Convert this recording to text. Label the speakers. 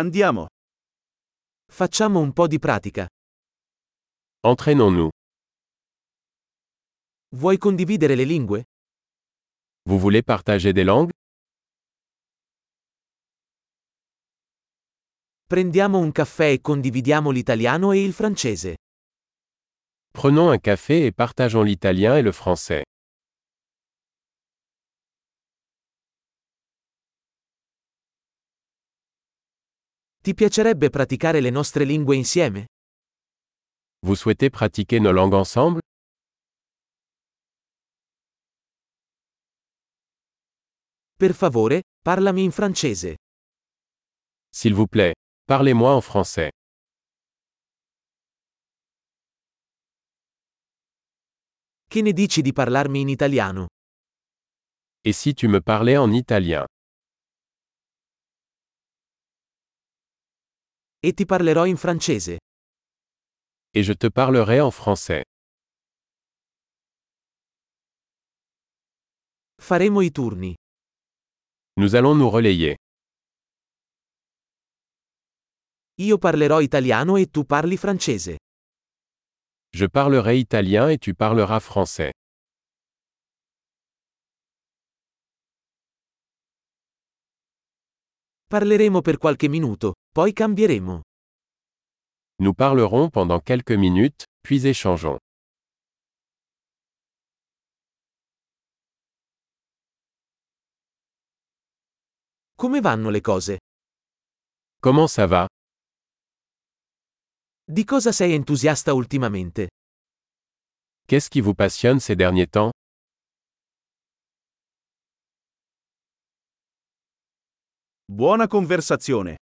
Speaker 1: Andiamo. Facciamo un po' di pratica.
Speaker 2: Entraînons-nous.
Speaker 1: Vuoi condividere le lingue?
Speaker 2: Vous voulez partager des langues
Speaker 1: Prendiamo un caffè e condividiamo l'italiano e il francese.
Speaker 2: Prenons un café et partageons l'italien et le français.
Speaker 1: Ti piacerebbe praticare le nostre lingue insieme?
Speaker 2: Vous souhaitez pratiquer nos langues ensemble
Speaker 1: Per favore, parlami in francese.
Speaker 2: S'il vous plaît, parlez-moi en français.
Speaker 1: Che ne dici di parlarmi in italiano?
Speaker 2: Et si tu me parlais en italien
Speaker 1: E ti parlerò in francese.
Speaker 2: Et je te parlerai en français.
Speaker 1: Faremo i turni.
Speaker 2: Nous allons nous relayer.
Speaker 1: Io parlerò italiano e tu parli francese.
Speaker 2: Je parlerai italien et tu parleras français.
Speaker 1: Parleremo per qualche minuto, poi cambieremo.
Speaker 2: Nous parlerons pendant quelques minutes, puis échangeons.
Speaker 1: Come vanno le cose?
Speaker 2: Comment ça va
Speaker 1: Di cosa sei entusiasta ultimamente?
Speaker 2: Qu'est-ce qui vous passionne ces derniers temps
Speaker 3: Buona conversazione.